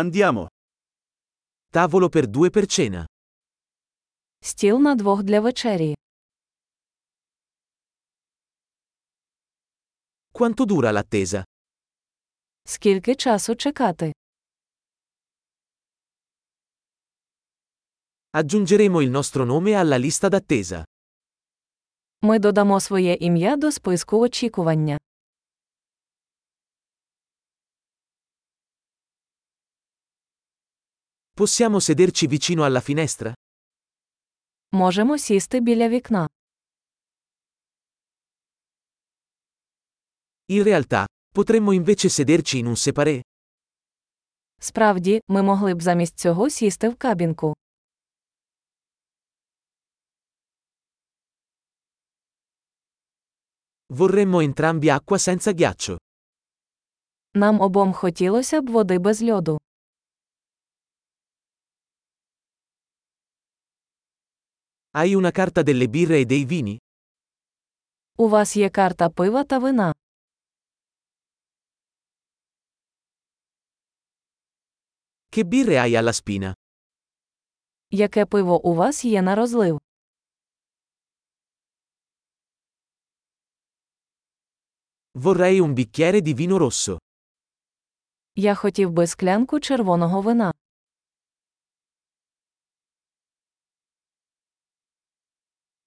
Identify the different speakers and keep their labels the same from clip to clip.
Speaker 1: Andiamo. Tavolo per due per cena.
Speaker 2: Стіл на двох для вечері.
Speaker 1: Quanto dura l'attesa?
Speaker 2: Скільки часу чекати?
Speaker 1: Aggiungeremo il nostro nome alla lista d'attesa.
Speaker 2: Ми додамо своє ім'я до списку очікування.
Speaker 1: Possiamo sederci vicino alla finestra?
Speaker 2: Можемо сісти біля вікна.
Speaker 1: In realtà, potremmo invece sederci in un separé.
Speaker 2: Справді, ми могли б замість цього сісти в кабінку.
Speaker 1: Vorremmo entrambi acqua senza ghiaccio.
Speaker 2: Нам обом хотілося б води без льоду.
Speaker 1: Hai una carta delle birre e dei vini?
Speaker 2: У вас є карта пива та вина.
Speaker 1: Che birre hai alla spina?
Speaker 2: Яке пиво у вас є на розлив?
Speaker 1: Vorrei un bicchiere di vino rosso.
Speaker 2: Я хотів би склянку червоного вина.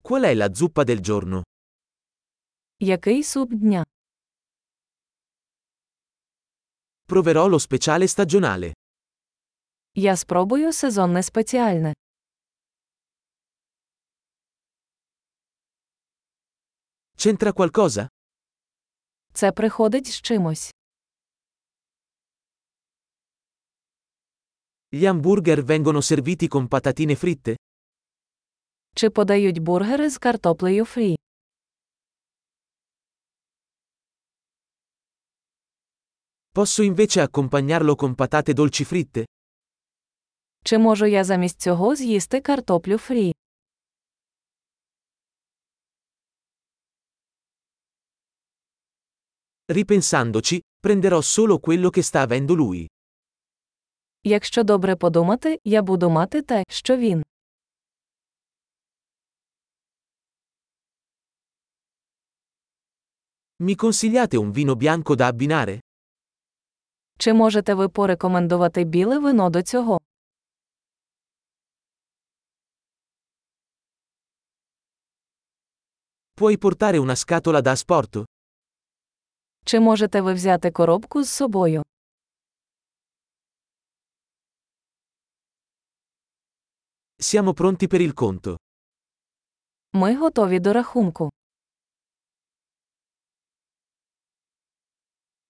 Speaker 1: Qual è la zuppa del giorno?
Speaker 2: Який суп дня?
Speaker 1: Proverò lo speciale stagionale.
Speaker 2: Я спробую сезонне спеціальне.
Speaker 1: C'entra qualcosa?
Speaker 2: Це приходить з чимось.
Speaker 1: Gli hamburger vengono serviti con patatine fritte?
Speaker 2: Чи подають бургери з картоплею фрі?
Speaker 1: Posso invece accompagnarlo con patate dolci fritte?
Speaker 2: Чи можу я замість цього з'їсти картоплю фрі?
Speaker 1: Ripensandoci, prenderò solo quello che sta avendo lui.
Speaker 2: Якщо добре подумати, я буду мати те, що він.
Speaker 1: Mi consigliate un vino bianco da abbinare?
Speaker 2: Чи можете ви порекомендувати біле вино до цього?
Speaker 1: Puoi portare una scatola da asporto?
Speaker 2: Чи можете ви взяти коробку з собою?
Speaker 1: Siamo pronti per il conto.
Speaker 2: Ми готові до рахунку.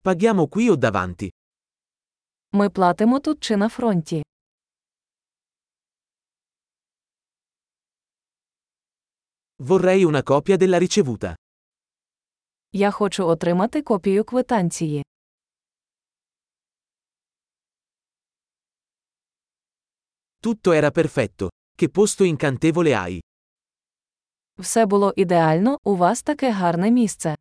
Speaker 1: Paghiamo qui o davanti?
Speaker 2: Ми платимо тут чи на фронті.
Speaker 1: Vorrei una copia della ricevuta.
Speaker 2: Я хочу отримати копію квитанції.
Speaker 1: Tutto era perfetto. Che posto incantevole hai.
Speaker 2: Все було ідеально, у вас таке гарне місце.